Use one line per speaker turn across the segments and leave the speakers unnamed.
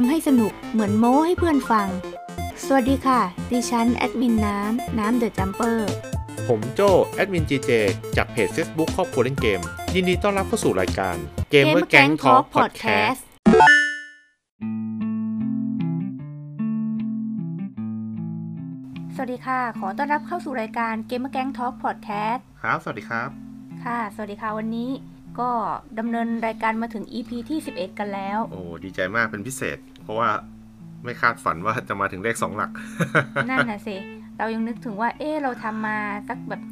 มให้สนุกเหมือนโม้ให้เพื่อนฟัง สวัสดีค่ะ ดิฉันแอดมินน้ำ น้ำเดอะจัมเปอร์
ผมโจแอดมินจีเจจากเพจ Facebook ครอบครัวเล่นเกม ยินดีต้อนรับเข้าสู่รายการ Gamer Gang Talk Podcast
สวัสดีค่ะ ขอต้อนรับเข้าสู่รายการ Gamer Gang Talk Podcast
ครับ สวัสดีครับ
ค่ะ สวัสดีค่ะวันนี้ก็ดำเนินรายการมาถึง EP ที่ 11 กันแล้ว
โอ้ดีใจมากเป็นพิเศษ เพราะว่าไม่คาดฝันว่าจะมาถึงเลข 2 หลัก
นั่นน่ะสิ เรายังนึกถึงว่า เอ๊ะเราทำมาสักแบบ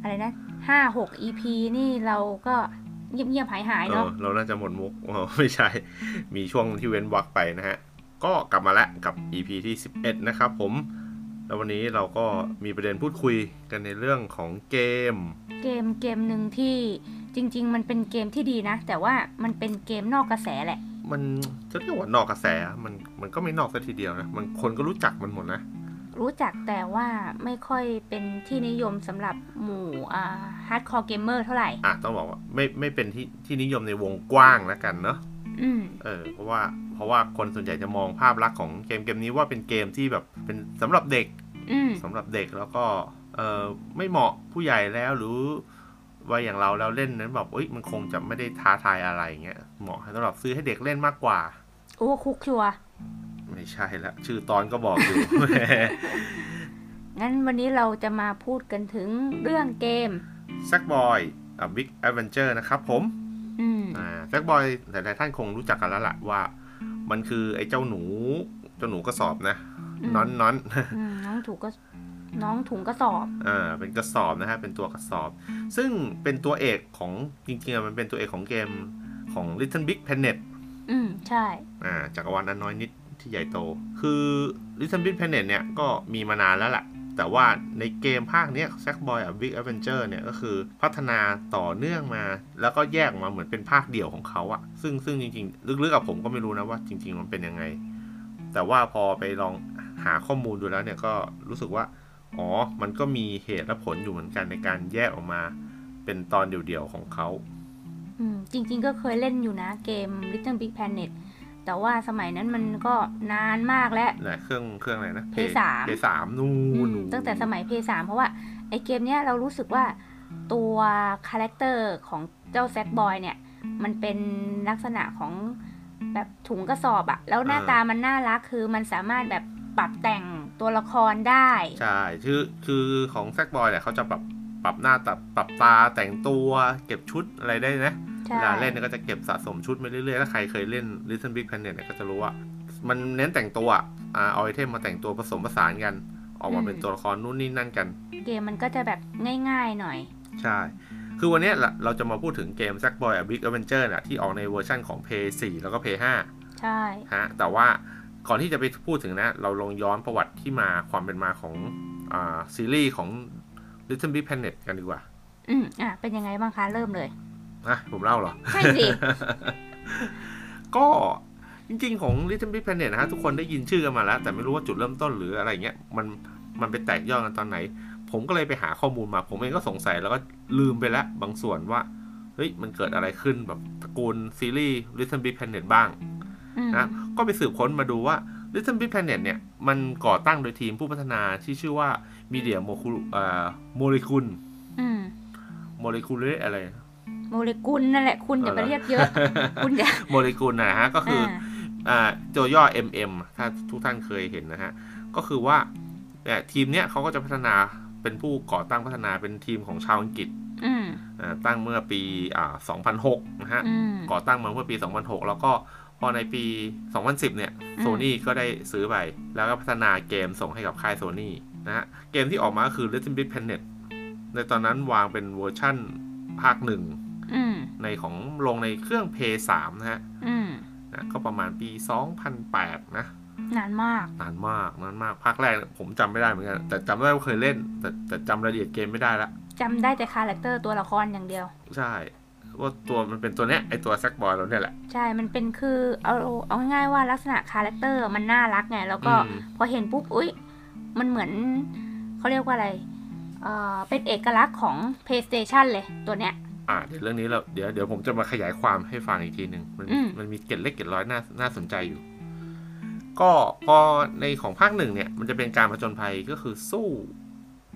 อะไรนะห้าหก EP นี่เราก็เงียบๆหายหายๆ
เอ
เนาะ
อเราน่าจะหมดมุก อ๋อไม่ใช่ มีช่วงที่เว้นวักไปนะฮะ ก็กลับมาแล้วกับ EP ที่ 11 นะครับผม แล้ววันนี้เราก็มีประเด็นพูดคุยกันในเรื่องของเกม
เกมเกมหนึ่งที่จริง ๆ มันเป็นเกมที่ดีนะ แต่ว่ามันเป็นเกมนอกกระแสแหละ
มันจะเรียกว่านอกกระแสมันมันก็ไม่นอกซะทีเดียวนะมันคนก็รู้จักมันหมดนะ
รู้จักแต่ว่าไม่ค่อยเป็นที่นิยมสำหรับหมู่ฮาร์ดคอร์เกมเมอร์เท่าไหร่
อ่ะต้องบอกว่าไม่ไม่เป็นที่ที่นิยมในวงกว้างแล้วกันเนาะ
อืม
เออเพราะว่าเพราะว่าคนส่วนใหญ่จะมองภาพลักษณ์ของเกมเกมนี้ว่าเป็นเกมที่แบบเป็นสำหรับเด็ก
อืม
สำหรับเด็กแล้วก็เออไม่เหมาะผู้ใหญ่แล้วหรือว่าอย่างเราแล้วเล่นนั้นแบบเอ้ยมันคงจะไม่ได้ท้าทายอะไรเงี้ยเหมาะสำหรับซื้อให้เด็กเล่นมากกว่า
โอ้คุกชัวร์
ไม่ใช่ละชื่อตอนก็บอกอยู่
งั้นวันนี้เราจะมาพูดกันถึงเรื่องเกม
แซกบอยอ่ะบิ๊กแอดเวนเจอร์นะครับผม
อืม
อ่าแฟกบอยหลายๆท่านคงรู้จักกันแล้วล่ะว่ามันคือไอ้เจ้าหนูเจ้าหนูกระสอบนะ
อืม
น้อนน้ อน
อืมน้องถูกก็น้องถุงกระสอบ
อ่าเป็นกระสอบนะฮะเป็นตัวกระสอบ ซึ่งเป็นตัวเอกของจริงๆอะมันเป็นตัวเอกของเกมของ Little Big Planet
อืม ใช่
อ่าจักรวาลอันน้อยนิดที่ใหญ่โต คือ Little Big Planet เนี่ยก็มีมานานแล้วล่ะ แต่ว่าในเกมภาคเนี้ย Sackboy อ่ะ Big Adventure เนี่ยก็คือพัฒนาต่อเนื่องมา แล้วก็แยกมาเหมือนเป็นภาคเดี่ยวของเขาอะซึ่งซึ่งจริงๆ ลึกๆกับผมก็ไม่รู้นะว่าจริง ๆ มันเป็นยังไง แต่ว่าพอไปลองหาข้อมูลดูแล้วเนี่ยก็รู้สึกว่า อ๋อ มันก็มีเหตุและผลอยู่เหมือนกันในการแยกออกมา เป็นตอนเดี่ยวๆของเขา
อืม จริง ๆ ก็เคยเล่นอยู่นะเกม Little Big Planet แต่ว่าสมัยนั้นมันก็นานมากแล้ว
นะเครื่องเครื่องอะไรนะ
P3
เพสามนู่
อื
น
มตั้งแต่สมัย P3 เพราะว่า ไอเกมเนี้ยเรารู้สึกว่าตัวคาแรคเตอร์ของเจ้าแซกบอยเนี่ย มันเป็นลักษณะของแบบถุงกระสอบอะแล้วหน้าตามันน่ารักคือมันสามารถแบบปรับแต่งตัวละครได้
ใช่คือคือของแซกบอยเนี่ยเขาจะปรับปรับหน้าตับปรับตาแต่งตัวเก็บชุดอะไรได้นะ
ใช่
เวลาเล่นเนี่ยก็จะเก็บสะสมชุดไปเรื่อยๆ ถ้าใครเคยเล่น Little Big Planet เนี่ยก็จะรู้ว่า มันเน้นแต่งตัวอะอ่าเอาไอเทมมาแต่งตัวผสมผสานกัน ออกมาเป็น
อืม
ตัวละครนู่นนี่นั่นกัน
เกมมันก็จะแบบง่ายๆหน่อย
ใช่ คือวันเนี้ยเราเราจะมาพูดถึงเกม s a c k Boy A Big Adventure น่ะที่ออกในเวอร์ชั่นของ p l a y 4แล้วก็ p l a y 5
ใช่
ฮะแต่ว่าก่อนที่จะไปพูดถึงนะ เราลองย้อนประวัติที่มาความเป็นมาของอาซีรีส์ของ Little Big Planet กันดีกว่า
อืมอ่ะเป็นยังไงบ้างคะเริ่มเลย
นะผมเล่าเหรอ
ใช่สิ
ก็จริงๆของ Little Big Planet นะฮะทุกคนได้ยินชื่อกันมาแล้ว แต่ไม่รู้ว่าจุดเริ่มต้นหรืออะไรเงี้ยมันมันไปแตกย่อยกันตอนไหน ผมก็เลยไปหาข้อมูลมา ผมเองก็สงสัยแล้วก็ลืมไปแล้วบางส่วนว่าเฮ้ยมันเกิดอะไรขึ้นแบบตระกูลซีรีส์ Little Big Planet บ้าง
อืม
นะก็ไปสืบค้นมาดูว่า Little Big Planet เนี่ย มันก่อตั้งโดยทีมผู้พัฒนาที่ชื่อว่า Media Molecule เอ่อ Molecule
อืม
Molecule อะไร
โมเลกุลนั่นแหละ คุณอย่าไป
เอาเหรอ
เรียกเยอะ คุณอย่า
Molecule นะฮะ ก็คือ
อ่า
อ่าตัวย่อ MM ถ้าทุกท่านเคยเห็นนะฮะ ก็คือว่าเอ่อทีมเนี้ยเขาก็จะพัฒนาเป็นผู้ก่อตั้งพัฒนาเป็นทีมของชาวอังกฤษ
อืม
อ่าตั้งเมื่อปีอ่า2006 นะฮะ
อืม
ก่อตั้งมาเมื่อปี 2006 แล้วก็พอในปี 2010 เนี่ย
อืม
โซนี่ก็ได้ซื้อไป แล้วก็พัฒนาเกมส่งให้กับค่ายโซนี่นะฮะ เกมที่ออกมาก็คือ Little Big Planet ในตอนนั้นวางเป็นเวอร์ชั่นภาคหนึ่ง
อืม
ในของลงในเครื่อง p 3นะฮะ
อืม
นะก็ประมาณปี 2008 นะ
นานมาก
นานมากนานมาก ภาคแรกเนี่ยผมจำไม่ได้เหมือนกัน แต่จำได้ว่าเคยเล่น แต่แต่จำรายละเอียดเกมไม่ได้ละ
จำได้แต่คาแรคเตอร์ตัวละครอย่างเดียว
ใช่ ว่าตัวมันเป็นตัวเนี้ยไอตัวแซกบอยเราเนี่ยแหละ
ใช่ มันเป็นคือเอาเอาง่ายๆว่าลักษณะคาแรคเตอร์มันน่ารักไง แล้วก็
อืม
พอเห็นปุ๊บ อุ๊ย มันเหมือนเขาเรียกว่าอะไรเอ่อเป็นเอกลักษณ์ของ PlayStation เลยตัวเนี้ย
อ่าเดี๋ยวเรื่องนี้เราเดี๋ยวเดี๋ยวผมจะมาขยายความให้ฟังอีกทีหนึ่งมัน
อืม
มันมีเกร็ดเล็กเกร็ดร้อยน่าน่าสนใจอยู่ ก็พอในของภาคหนึ่งเนี่ย มันจะเป็นการผจญภัยก็คือสู้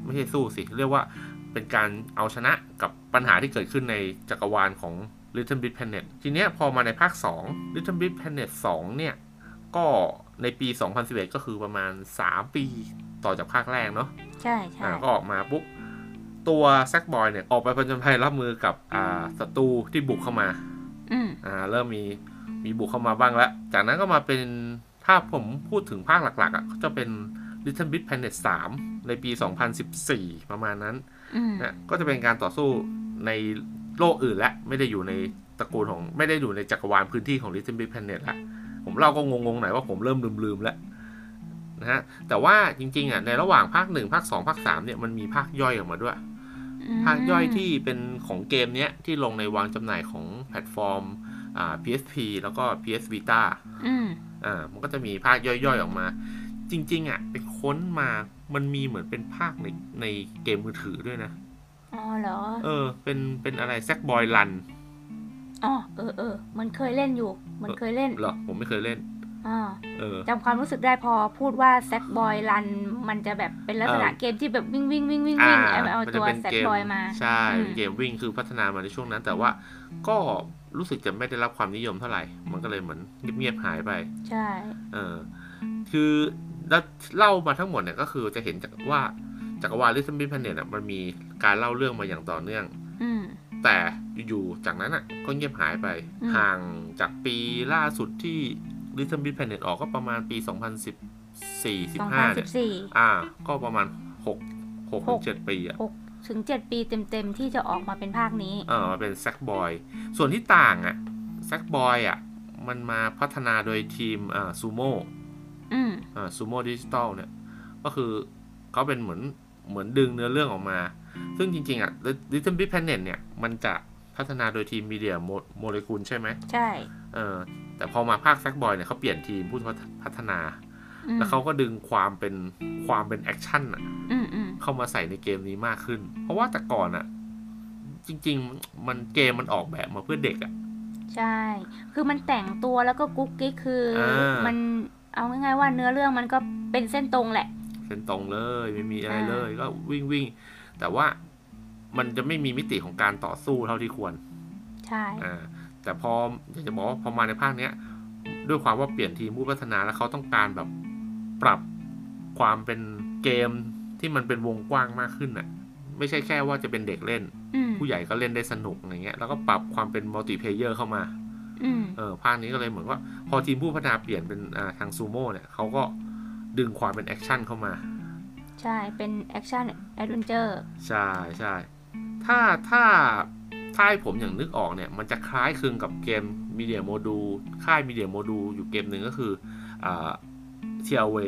ไม่ใช่สู้สิ เรียกว่าเป็นการเอาชนะกับปัญหาที่เกิดขึ้นในจักรวาลของ Little Big Planet ทีเนี้ยพอมาในภาค 2 Little Big Planet 2 เนี่ย ก็ในปี 2011 ก็คือประมาณ 3 ปีต่อจากภาคแรกเนาะ
ใช่ใช่
อ่าก็ออกมาปุ๊บตัวแซกบอยเนี่ย ออกไปผจญภัยรับมือกับอ่าศัตรูที่บุกเข้ามา
อืม
อ่าเริ่มมีมีบุกเข้ามาบ้างแล้ว จากนั้นก็มาเป็นถ้าผมพูดถึงภาคหลักๆอ่ะก็จะเป็น Little Big Planet 3 ในปี 2014 ประมาณนั้น
อืม
นะก็จะเป็นการต่อสู้ในโลกอื่นและไม่ได้อยู่ในตระกูลของไม่ได้อยู่ในจักรวาลพื้นที่ของ Little Big Planet ละผมเล่าก็งงๆหน่อยว่าผมเริ่มลืมๆแล้วนะฮะแต่ว่าจริงๆอ่ะในระหว่างภาคหนึ่งภาคสองภาคสามเนี่ยมันมีภาคย่อยออกมาด้วย ภาคย่อยที่เป็นของเกมเนี้ย ที่ลงในวางจำหน่ายของแพลตฟอร์มอ่า PSP แล้วก็ PS Vita
อืม
อ่ามันก็จะมีภาคย่อยๆออกมา จริง ๆ อ่ะ ไปค้นมามันมีเหมือนเป็นภาคในในเกมมือถือด้วยนะ
อ๋อเหรอ
เออ เป็นเป็นอะไรแซกบอยลัน
อ๋อเออเออมันเคยเล่นอยู่ มันเคยเล่น
เหรอ ผมไม่เคยเล่น
อ๋อ
เออ
จำความรู้สึกได้พอพูดว่าแซกบอยรันมันจะแบบเป็นลักษณะ
เออ
เกมที่แบบวิ่งวิ่งวิ่งวิ่ง
อ่า
วิ่งเอาเอา
มั
ตั
นจะ
ว
เป็น
แซก
เกม
บอยมา
ใช่
อืม
เป็นเกมวิ่งคือพัฒนามาในช่วงนั้น แต่ว่าก็รู้สึกจะไม่ได้รับความนิยมเท่าไหร่ มันก็เลยเหมือนเงียบๆหายไป
ใช่
เออคือแล้วเล่ามาทั้งหมดเนี่ยก็คือจะเห็นจากว่าจักรวาลลิซมบิพันเน็ตอ่ะมันมีการเล่าเรื่องมาอย่างต่อเนื่อง
อืม
แต่อยู่ๆจากนั้นอ่ะก็เงียบหายไป
อืม
ห่างจากปีล่าสุดที่ลิซมบิพันเน็ตออกก็ประมาณปี 2014
สองพัน
15
สิ
เนี่
บ
ย
สี่
อ่า ก็ประมาณ6 6ถึง7ปีอ่ะ
หกถึงเจ็ดปีเต็มๆ ที่จะออกมาเป็นภาคนี้
เออมันเป็นแซกบอย ส่วนที่ต่างอ่ะแซกบอยอ่ะมันมาพัฒนาโดยทีมอ่าซูโม่
อืม
อ่าซูโม่ดิจิตอลเนี่ย ก็คือเขาเป็นเหมือนเหมือนดึงเนื้อเรื่องออกมา ซึ่งจริง ๆ อ่ะ Little Big Planet เนี่ย มันจะพัฒนาโดยทีมมีเดียโมเลกุลใช่ไหม
ใช่
เออแต่พอมาภาคแซกบอยเนี่ยเขาเปลี่ยนทีมผู้พัฒพัฒนา
อืม
แล้วเขาก็ดึงความเป็นความเป็นแอคชั่นอ่ะ
อืมอืม
เข้ามาใส่ในเกมนี้มากขึ้น เพราะว่าแต่ก่อนอ่ะ จริง ๆ มันเกมมันออกแบบมาเพื่อเด็กอ่ะ
ใช่ คือมันแต่งตัวแล้วก็กุ๊กกิ๊กคืออา
มั
มันเอาง่ายๆว่าเนื้อเรื่องมันก็เป็นเส้นตรงแหละ
เส้นตรงเลยไม่มีอะไร
อ่า
เลยก็วิ่งวิ่งแต่ว่ามันจะไม่มีมิติของการต่อสู้เท่าที่ควร
ใช่
อ่าแต่พออยากจะบอกว่าพอมาในภาคเนี้ย ด้วยความว่าเปลี่ยนทีมผู้พัฒนาแล้วเขาต้องการแบบปรับความเป็นเกมที่มันเป็นวงกว้างมากขึ้นน่ะ ไม่ใช่แค่ว่าจะเป็นเด็กเล่น
อืม
ผู้ใหญ่ก็เล่นได้สนุกอะไรเงี้ยแล้วก็ปรับความเป็นมัลติเพลเยอร์เข้ามา
อืม
เออภาคนี้ก็เลยเหมือนว่า พอทีมผู้พัฒนาเปลี่ยนเป็นอ่าทางซูโม่เนี่ยเขาก็ดึงความเป็นแอคชั่นเข้ามา
ใช่ เป็นแอคชั่นแอดเวนเจอร์
ใช่ใช่ถ้าถ้าถ้าให้ผมอย่างนึกออกเนี่ย มันจะคล้ายคลึงกับเกมมีเดียโมดูค่ายมีเดียโมดูอยู่เกมหนึ่งก็คือเทียเว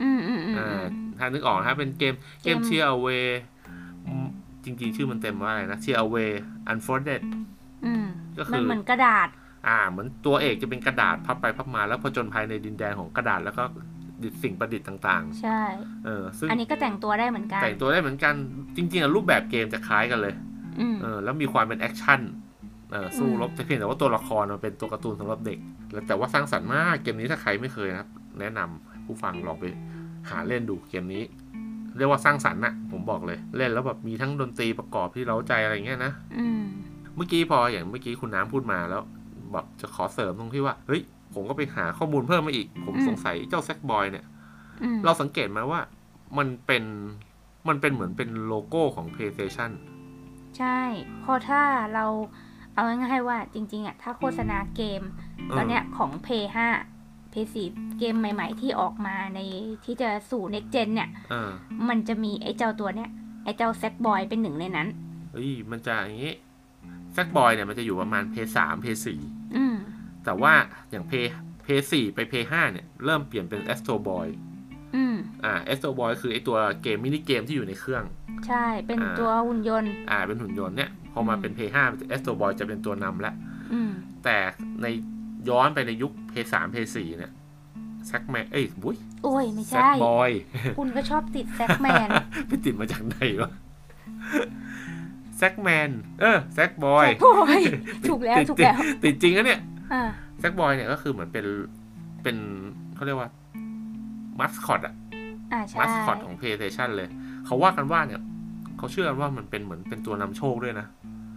อืมอืมอืมอืม
ถ้านึกออกนะเป็นเกมเกม
เกม
เทียเวจริงๆ ชื่อมันเต็มว่าอะไรนะเทียเวอันฟอร์เด
อืม
ก็คือ
มันเหมือนกระดาษ
อ่าเหมือนตัวเอกจะเป็นกระดาษพับไปพับมาแล้วผจญภัยในดินแดนของกระดาษแล้วก็สิ่งประดิษฐ์ต่าง
ใช่
ๆเออซึ่ง
อันนี้ก็แต่งตัวได้เหมือนกัน
แต่งตัวได้เหมือนกันจริงๆอะรูปแบบเกมจะคล้ายกันเลย
อืม
เออแล้วมีความเป็นแอคชั่นเออสู้
อืม
รบแต่เพียงแต่ว่าตัวละครมันเป็นตัวการ์ตูนสำหรับเด็ก แล้วแต่ว่าสร้างสรรค์มากเกมนี้ถ้าใครไม่เคยนะครับ แนะนำผู้ฟังลองไปหาเล่นดูเกมนี้ เรียกว่าสร้างสรรค์นะผมบอกเลยเล่นแล้วแบบมีทั้งดนตรีประกอบที่เร้าใจอะไรเงี้ยนะ
อืม
เมื่อกี้พออย่างเมื่อกี้คุณน้ำพูดมาแล้วแบบจะขอเสริมตรงที่ว่าเฮ้ยผมก็ไปหาข้อมูลเพิ่มมาอีก ผม
อืม
สงสัยเจ้าแซกบอยเนี่ย
อืม
เราสังเกตไหมว่ามันเป็นมันเป็นเหมือนเป็นโลโก้ของ PlayStation
ใช่เพอถ้าเราเอาง่ายๆว่าจริง ๆอะถ้าโฆษณาเกม ตอนเนี้ยของ p 5 p 4เกมใหม่ๆ ที่ออกมาในที่จะสู่ next gen เนี่ย
เออ
มันจะมีไอ้เจ้าตัวเนี้ย ไอ้เจ้าแซกบอยเป็นหนึ่งในนั้น
เฮ้ยมันจะอย่างนี้แซกบอยเนี่ยมันจะอยู่ประมาณเพย์สามเพย์สี่
อืม
แต่ว่าอย่างเพย์เพย์สี่ไปเพย์ห้าเนี่ย เริ่มเปลี่ยนเป็นแอสโตบอย
อืม
อ่าแอสโตบอยคือไอตัวเกมมินิเกมที่อยู่ในเครื่อง
ใช่ เป็น
อ่า
ตัวหุ่นยนต์
อ่าเป็นหุ่นยนต์เนี่ย พอมาเป็นเพย์ห้าแอสโตบอยจะเป็นตัวนำละ
อืม
แต่ในย้อนไปในยุคเพย์สามเพย์สี่เนี่ยแซกแมนเอ้ยบุ้ย
โอ้ย ไม่
แซก
ใช่
บอย
คุณก็ชอบติดแซกแม น
ไปติดมาจากไหนวะแซกแมนเออแซกบอย
แซกบอยถูกแล้ว
ติด
ถูกแล้ว
ติดจริงนะเนี่ย
อ่า
แซกบอยเนี่ยก็คือเหมือนเป็นเป็น เขาเรียกว่ามัสคอตอะ
อ่าใช่
มัสคอตของ PlayStation เลย เขาว่ากันว่าเนี่ย เขาเชื่อกันว่ามันเป็นเหมือนเป็นตัวนำโชคด้วยนะ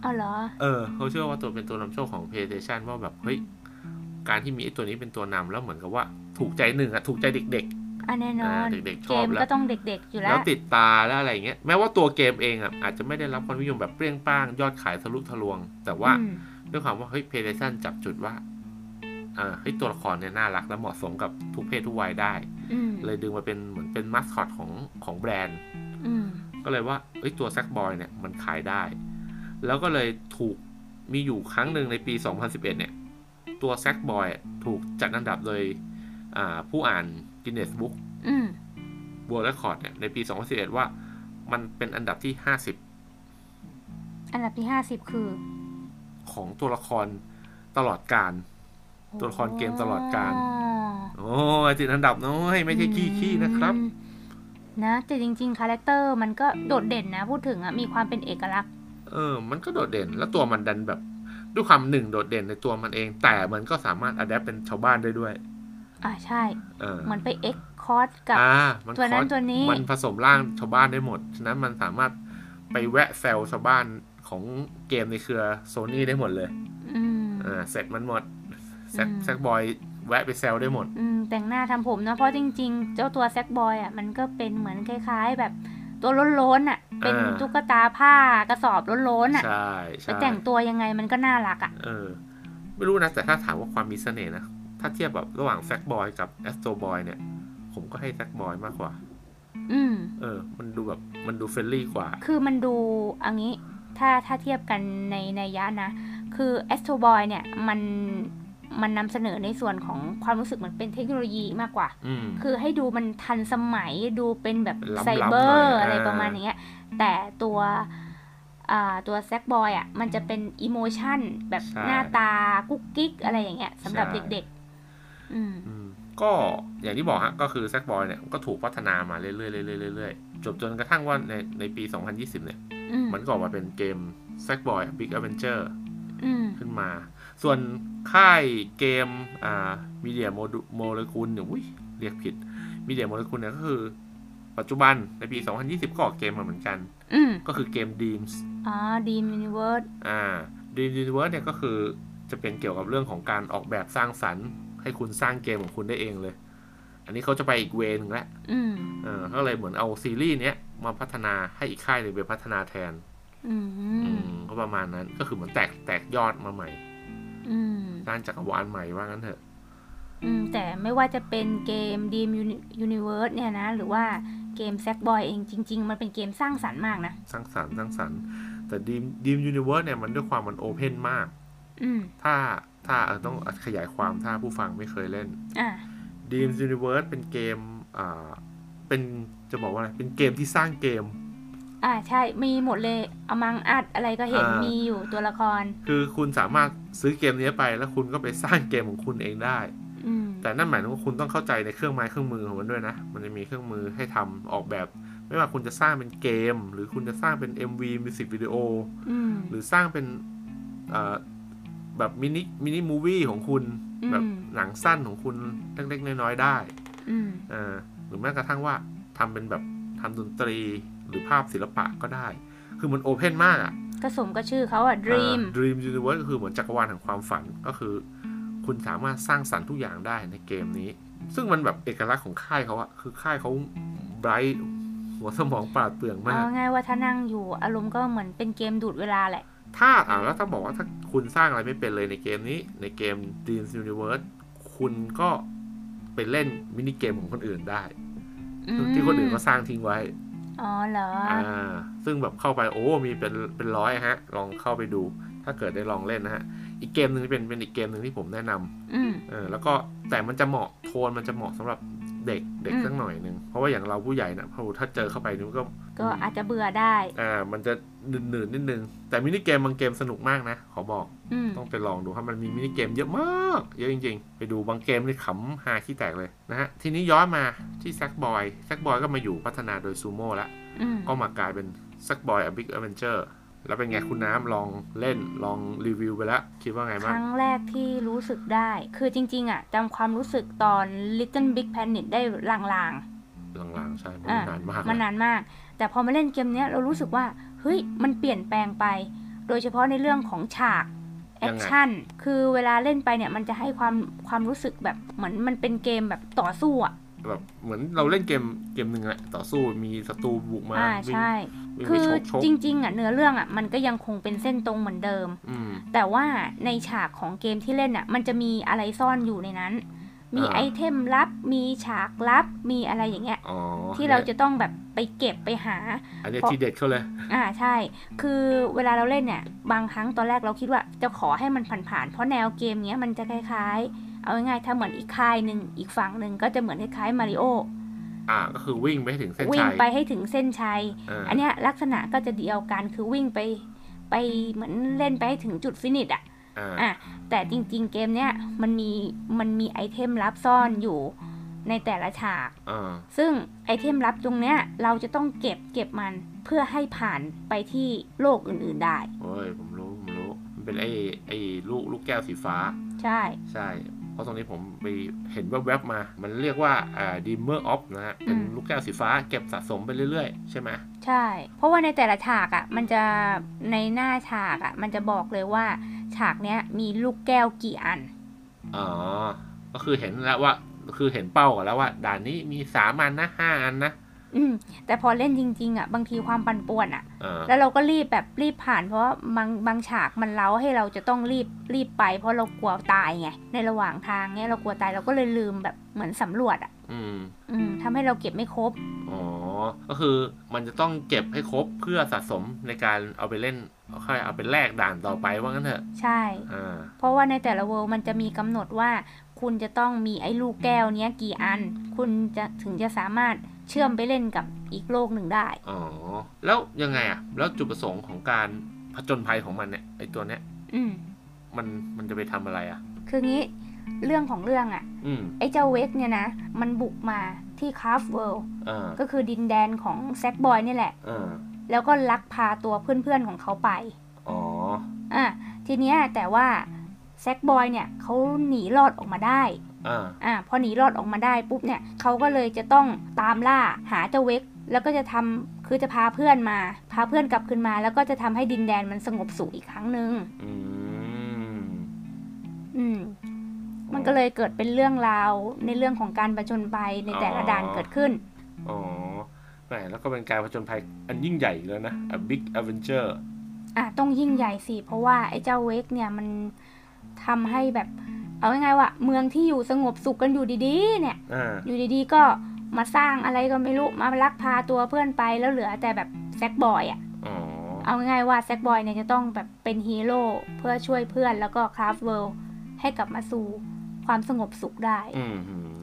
อ๋อเหรอ
เออ เขาเชื่อว่าตัวเป็นตัวนำโชคของ PlayStation ว่าแบบเฮ้ย การที่มีไอ้ตัวนี้เป็นตัวนำแล้วเหมือนกับว่าถูกใจหนึ่งอะถูกใจเด็ก
อันแน่นอน
อ่าเด็กๆช
เก
อบ
ม
แล้ว
ก็ต้องเด็กๆอยู่
ๆ
แล้
แล้ว วติดตาแล้วอะไรอย่างเงี้ย แม้ว่าตัวเกมเองอะอาจจะไม่ได้รับความนิยมแบบเปรี้ยงป้างยอดขายทะลุทะลวง แต่ว่า
อืม
ด้วยความว่าเฮ้ย PlayStation จับจุดว่าเออเฮ้ยตัวละครเนี่ยน่ารักและเหมาะสมกับทุกเพศทุกวัยได้
อืม
เลยดึงมาเป็นเหมือนเป็นมัสคอตของของแบรนด์
อืม
ก็เลยว่าเอ้ยตัวแซกบอยเนี่ยมันขายได้ แล้วก็เลยถูกมีอยู่ครั้งหนึ่งในปี 2011 เนี่ย ตัวแซกบอยถูกจัดอันดับโดยอ่าผู้อ่านกินเนสบุ๊ก
อืม
บัวและคอร์ดเนี่ยในปี 2011 ว่ามันเป็นอันดับที่
อันดับที่ห้าสิบคือ
50 ของตัวละครตลอดการ ตัวละครเกมตลอดการ
อ๋อ
โอ้ยติดอันดับน้อย ไม่ใช่ขี้ขี้นะครับ
อืมนะแต่จริงๆ คาแรคเตอร์มันก็โดดเด่นนะ พูดถึงอ่ะ มีความเป็นเอกลักษณ์
เออ มันก็โดดเด่น แล้วตัวมันดันแบบด้วยความหนึ่งโดดเด่นในตัวมันเอง แต่มันก็สามารถอัดแอปเป็นชาวบ้านได้ด้วย
อ่าใช่
เออ
เหมือนไปเอ็กคอร์สกับ
อ่ามัน
ตัวนั้น
คอร์ส
ตัวนี้
มันผสมร่างชาวบ้านได้หมด ฉะนั้นมันสามารถไปแวะแซวชาวบ้านของเกมในเครือโซนี่ได้หมดเลย
อืม
อ่าเสร็จมันหมดแซก
อืม
แซกบอยแวะไปแซวได้หมด
อืมแต่งหน้าทำผมเนอะเพราะจริงๆ เจ้าตัวแซกบอยอ่ะมันก็เป็นเหมือนคล้าย ๆ แบบตัวล้นๆอ่ะ เป็น
อ่า
ตุ๊กตาผ้ากระสอบล้นๆอ่ะ
ใช่
ไป
ใช่
แต่งตัวยังไงมันก็น่ารักอ่ะ
เออ ไม่รู้นะ แต่ถ้าถามว่าความมีเสน่ห์นะ ถ้าเทียบแบบระหว่างแซกบอยกับแอสโตบอยเนี่ย ผมก็ให้แซกบอยมากกว่า
อืม
เออ มันดูแบบมันดูเฟรนลี่กว่า
คือมันดูเอันนี้ถ้าถ้าเทียบกันในในยะนะ คือแอสโ o บอยเนี่ยมันมันนำเสนอในส่วนของความรู้สึกเหมือนเป็นเทคโนโลยีมากกว่า
อืม
คือให้ดูมันทันสมัยดูเป็นแบบ
ล้ำๆ
ไซเบอร์
หน่อย
อะไร
อ่า
ประมาณอย่างเงี้ยแต่ตัวอ่าตัวแซกบอยอ่ะมันจะเป็นอิโมชันแบบ
ใช่
หน้าตากุ๊กกิ๊กอะไรอย่างเงี้ยสำหรับเด็กๆ อืม
อืมก็อย่างที่บอกฮะก็คือแซกบอยเนี่ยก็ถูกพัฒนามาเรื่อยๆเรื่อยๆเรื่อยๆจบจนกระทั่งว่าในในปี 2020 เนี่ย
อืม
มันก็ออกมาเป็นเกมแซกบอย Big Adventure
อืม
ขึ้นมา ส่วนค่ายเกมอ่ามีเดียโมเลกุลเนี่ยอุ้ยเรียกผิดมีเดียโมเลกุลเนี่ยก็คือปัจจุบันในปี 2020 ก็ออกเกมมาเหมือนกัน
อืม
ก็คือเกม Dreams
อ๋อดีมินิเวิร์ด
อ่า Dream Universe เนี่ยก็คือจะเป็นเกี่ยวกับเรื่องของการออกแบบสร้างสรรค์ ให้คุณสร้างเกมของคุณได้เองเลย อันนี้เขาจะไปอีกเวนึงแล้ว
อืม
เออก็เลยเหมือนเอาซีรีส์เนี้ยมาพัฒนาให้อีกค่ายหนึ่งไปพัฒนาแทน
อื
อื
ม
มก็ประมาณนั้นก็คือเหมือนแตกแตกยอดมาใหม่
อืม
ด้านจักรวาลใหม่ว่างั้นเถอะ
อืมแต่ไม่ว่าจะเป็นเกม Dream Universe เนี่ยนะ หรือว่าเกม Sack Boy เองจริง ๆ มันเป็นเกมสร้างสรรค์มากนะ
สร้างสรรค์สร้างสรรค์ แต่ดีมดีมยูนิเวิร์สเนี่ยมันด้วยความมันโอเพนมาก
อืม
ถ้าถ้าเออต้องขยายความถ้าผู้ฟังไม่เคยเล่น
อ่า
ดีมยูนิเวิร์สเป็นเกมอ่าเป็นจะบอกว่าอะไรเป็นเกมที่สร้างเกม
อ่าใช่มีหมดเลยอมังอัดอะไรก็เห็น
อ่ามี
มีอยู่ตัวละคร
คือคุณสามารถซื้อเกมนี้ไปแล้วคุณก็ไปสร้างเกมของคุณเองได้
อืม
แต่นั่นหมายถึงว่าคุณต้องเข้าใจในเครื่องไม้เครื่องมือของมันด้วยนะ มันจะมีเครื่องมือให้ทำออกแบบ ไม่ว่าคุณจะสร้างเป็นเกม หรือคุณจะสร้างเป็น MV มิวสิกวิดีโอ
อืม
หรือสร้างเป็นเอ่อแบบมินิมินิมูวี่ของคุณ
อืม
แบบหนังสั้นของคุณเล็กๆน้อยๆได้
อืม
เออหรือแม้กระทั่งว่าทำเป็นแบบทำดนตรีหรือภาพศิลปะก็ได้ คือมันโอเพนมากอะ
ก็สมก็ชื่อเขาอ่ะ Dream
อ่า Dream Universe ก็คือเหมือนจักรวาลแห่งความฝันก็คือ คุณสามารถสร้างสรรค์ทุกอย่างได้ในเกมนี้ ซึ่งมันแบบเอกลักษณ์ของค่ายเขาอะคือค่ายเขาไบรท์หัวสมองปราดเปรื่องมา
เอา
ก
ง่ายว่าถ้านั่งอยู่อารมณ์ก็เหมือนเป็นเกมดูดเวลาแหละ
ถ้าอ่าแล้วถ้าบอกว่าถ้าคุณสร้างอะไรไม่เป็นเลยในเกมนี้ ในเกม Dream Universe คุณก็ไปเล่นมินิเกมของคนอื่นได้
อืม
ที่คนอื่นก็สร้างทิ้งไว้
อ๋อเหรอ
อ่า ซึ่งแบบเข้าไปโอ้ มีเป็นเป็นร้อยฮะ ลองเข้าไปดู ถ้าเกิดได้ลองเล่นนะฮะ อีกเกมหนึ่งเป็นเป็นอีกเกมหนึ่งที่ผมแนะนำ
อืม
เออแล้วก็แต่มันจะเหมาะโทนมันจะเหมาะสำหรับเด็กเด็ก
อืม
สักหน่อยหนึ่งเพราะว่าอย่างเราผู้ใหญ่นะพอถ้าเจอเข้าไปนี่มันก็
ก็อาจจะเบื่อได้
อ่ามันจะหนืดๆนิดนึง แต่มินิเกมบางเกมสนุกมากนะ ขอบอก
อืม
ต้องไปลองดูครับมันมีมินิเกมเยอะมาก เยอะจริงๆ ไปดูบางเกมนี่ขำฮาขี้แตกเลยนะฮะ ทีนี้ย้อนมาที่แซกบอยแซกบอยก็มาอยู่พัฒนาโดยซูโม่ละ
อืม
ก็มากลายเป็นแซกบอยอ Big Adventure แล้วเป็นไงคุณน้ำลองเล่นลองรีวิวไปแล้วคิดว่าไง
ค
บ้าง
รั้งแรกที่รู้สึกได้ คือจริง ๆ อ่ะจำความรู้สึกตอน Little Big Planet ได้ลางๆ
หลังๆใช่มัน
อ่ะ
นานมาก
มันนานมาก แต่พอมาเล่นเกมเนี้ยเรารู้สึกว่า เฮ้ย มันเปลี่ยนแปลงไป โดยเฉพาะในเรื่องของฉากแอคชั่น คือเวลาเล่นไปเนี่ยมันจะให้ความความรู้สึกแบบเหมือนมันเป็นเกมแบบต่อสู้อ่ะ
แบบเหมือนเราเล่นเกมเกมหนึ่งแหละต่อสู้มีศัตรูบุกมา
อ่า
วิ่ง
ใช่
วิ่ง
คื
ไป
อ
ชกชก
จริง ๆ อ่ะเนื้อเรื่องอ่ะมันก็ยังคงเป็นเส้นตรงเหมือนเดิม
อืม
แต่ว่าในฉากของเกมที่เล่นอ่ะมันจะมีอะไรซ่อนอยู่ในนั้น มี
อ่า
ไอเทมลับ มีฉากลับ มีอะไรอย่างเงี้ย
อ๋อ
ที่เราจะต้องแบบไปเก็บไปหา
อันเนี้ยทีเด็ดเขาเลย
อ่าใช่ คือเวลาเราเล่นเนี่ย บางครั้งตอนแรกเราคิดว่าจะขอให้มันผ่านๆ เพราะแนวเกมเนี้ยมันจะคล้ายๆ เอาง่ายๆ ถ้าเหมือนอีกค่ายหนึ่งอีกฝั่งหนึ่งก็จะเหมือนคล้ายๆมาริโอ
อ่าก็คือวิ่งไปให้ถึงเส้น
วิ่ง
ชัย
ไปให้ถึงเส้นชัย
เอออ
อันเนี้ยลักษณะก็จะเดียวกันคือวิ่งไปไปเหมือนเล่นไปให้ถึงจุดฟินิชอะ
อ่า
อ่ะแต่จริงๆเกมเนี้ยมันมีมันมีไอเทมลับซ่อนอยู่ในแต่ละฉาก
อ่า
ซึ่งไอเทมลับตรงเนี้ยเราจะต้องเก็บเก็บมันเพื่อให้ผ่านไปที่โลกอื่นๆได้
โอ้ยผมรู้ผมรู้ มันเป็นไอ้ไอ้ลูกลูกแก้วสีฟ้า
ใช่
ใช่ เพราะตรงนี้ผมไปเห็นแวบๆมา มันเรียกว่าอ่าดิมเมอร์ออฟนะฮะ เป็น
อืม
ลูกแก้วสีฟ้าเก็บสะสมไปเรื่อยๆ ใช่ไหม
ใช่ เพราะว่าในแต่ละฉากอะ่ะ มันจะในหน้าฉากอะ่ะ มันจะบอกเลยว่าฉากเนี้ยมีลูกแก้วกี่อัน
อ๋อ ก็คือเห็นแล้วว่า คือเห็นเป้าก่อนแล้วว่า ด่านนี้มีสามอันนะห้าอันนะ
อืมแต่พอเล่นจริง ๆอะ่ะ บางทีความปั่นป่วนอะ่ะ
อ่า
แล้วเราก็รีบแบบรีบผ่านเพราะว่าบางบางฉากมันเล้าให้เราจะต้องรีบรีบไป เพราะเรากลัวตายไง ในระหว่างทางเนี้ยเรากลัวตายเราก็เลยลืมแบบเหมือนสำรวจอะ่ะ
อืม
อืมทำให้เราเก็บไม่ครบ
อ๋อ ก็คือมันจะต้องเก็บให้ครบเพื่อสะสมในการเอาไปเล่นเอาค่อยเอาไปแลกด่านต่อไปว่างั้นเถอะ
ใช่
อ่า
เพราะว่าในแต่ละเวิลด์มันจะมีกำหนดว่าคุณจะต้องมีไอ้ลูกแก้วเนี้ยกี่อัน คุณจะถึงจะสามารถเชื่อมไปเล่นกับอีกโลกหนึ่งได้
อ๋อ แล้วยังไงอ่ะ แล้วจุดประสงค์ของการผจญภัยของมันเนี่ยไอตัวเนี้ย
อืม
มันมันจะไปทำอะไรอ่ะ
คืองี้เรื่องของเรื่องอะ่ะ
อืม
ไอ้เจ้าเวกเนี่ยนะ มันบุกมาที่คาฟเวิลด์
อ่า
ก็คือดินแดนของแซกบอยนี่แหละ
อ่า
แล้วก็ลักพาตัวเพื่อนๆของเขาไป
อ๋อ
อ่ะทีเนี้ยแต่ว่าแซกบอยเนี่ยเขาหนีรอดออกมาได้
อ่า
อ่าพอหนีรอดออกมาได้ปุ๊บเนี่ยเขาก็เลยจะต้องตามล่าหาเจ้าเวกแล้วก็จะทำคือจะพาเพื่อนมา พาเพื่อนกลับคืนมา แล้วก็จะทำให้ดินแดนมันสงบสุขอีกครั้งหนึ่ง
อืม
อืมมันก็เลยเกิดเป็นเรื่องราวในเรื่องของการประชนไปในแต่ละด่านเกิดขึ้น
อ๋อแหมแล้วก็เป็นการผจญภัยอันยิ่งใหญ่อีกแล้วนะ A Big Adventure
อ่ะต้องยิ่งใหญ่สิเพราะว่าไอ้เจ้าเวกเนี่ยมันทำให้แบบ เอาง่ายๆว่าเมืองที่อยู่สงบสุขกันอยู่ดีๆ เนี่ย
อ่า
อยู่ดีๆก็มาสร้างอะไรก็ไม่รู้มาลักพาตัวเพื่อนไปแล้วเหลือแต่แบบแซกบอยอ่ะ
อ๋อ
เอาง่ายๆว่าแซกบอยเนี่ยจะต้องแบบเป็นฮีโร่เพื่อช่วยเพื่อนแล้วก็คราฟเวิลด์ให้กลับมาสู่ความสงบสุขได้
อืมหืม